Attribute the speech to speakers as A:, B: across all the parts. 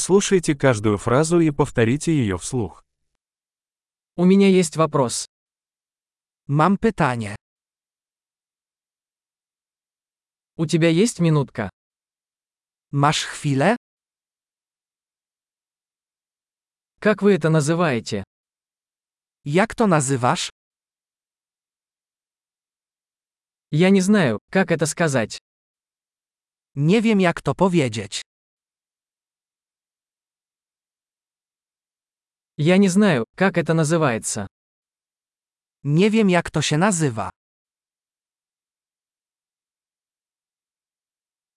A: Прослушайте каждую фразу и повторите ее вслух.
B: У меня есть вопрос. Мам питание. У тебя есть минутка? Маш хвиле? Как вы это называете? Як то называешь? Я не знаю, как это сказать. Не wiem jak to powiedzieć. Я не знаю, как это называется. Не wiem jak to się nazywa.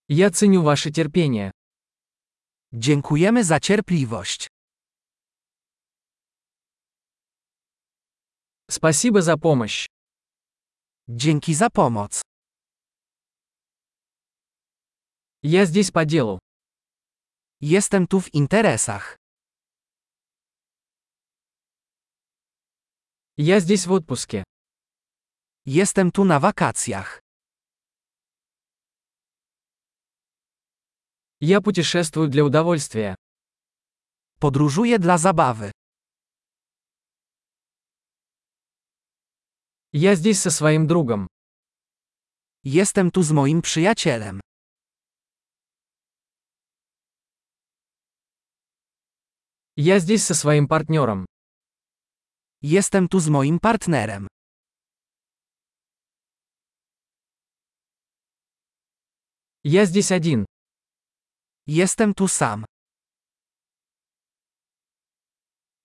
B: Я ценю ваше терпение. Dziękujemy za cierpliwość. Спасибо за помощь. Dzięki za pomoc. Я здесь по делу. Jestem tu w interesach. Я здесь в отпуске. Jestem tu na wakacjach. Я путешествую для удовольствия. Podróżuję dla zabawy. Я здесь со своим другом. Jestem tu z moim przyjacielem. Я здесь со своим партнером. Jestem tu z moim partnerem. Я здесь один. Jestem tu sam.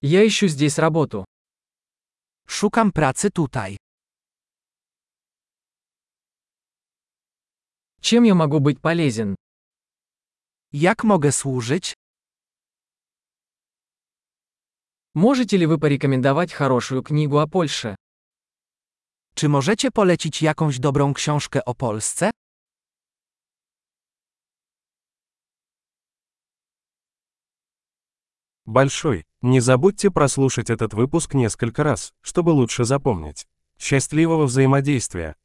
B: Я ищу здесь работу. Szukam pracy tutaj. Чем я могу быть полезен? Jak mogę służyć? Можете ли вы порекомендовать хорошую книгу о Польше? Czy możecie polecić jakąś dobrą książkę o Polsce?
A: Большой. Не забудьте прослушать этот выпуск несколько раз, чтобы лучше запомнить. Счастливого взаимодействия!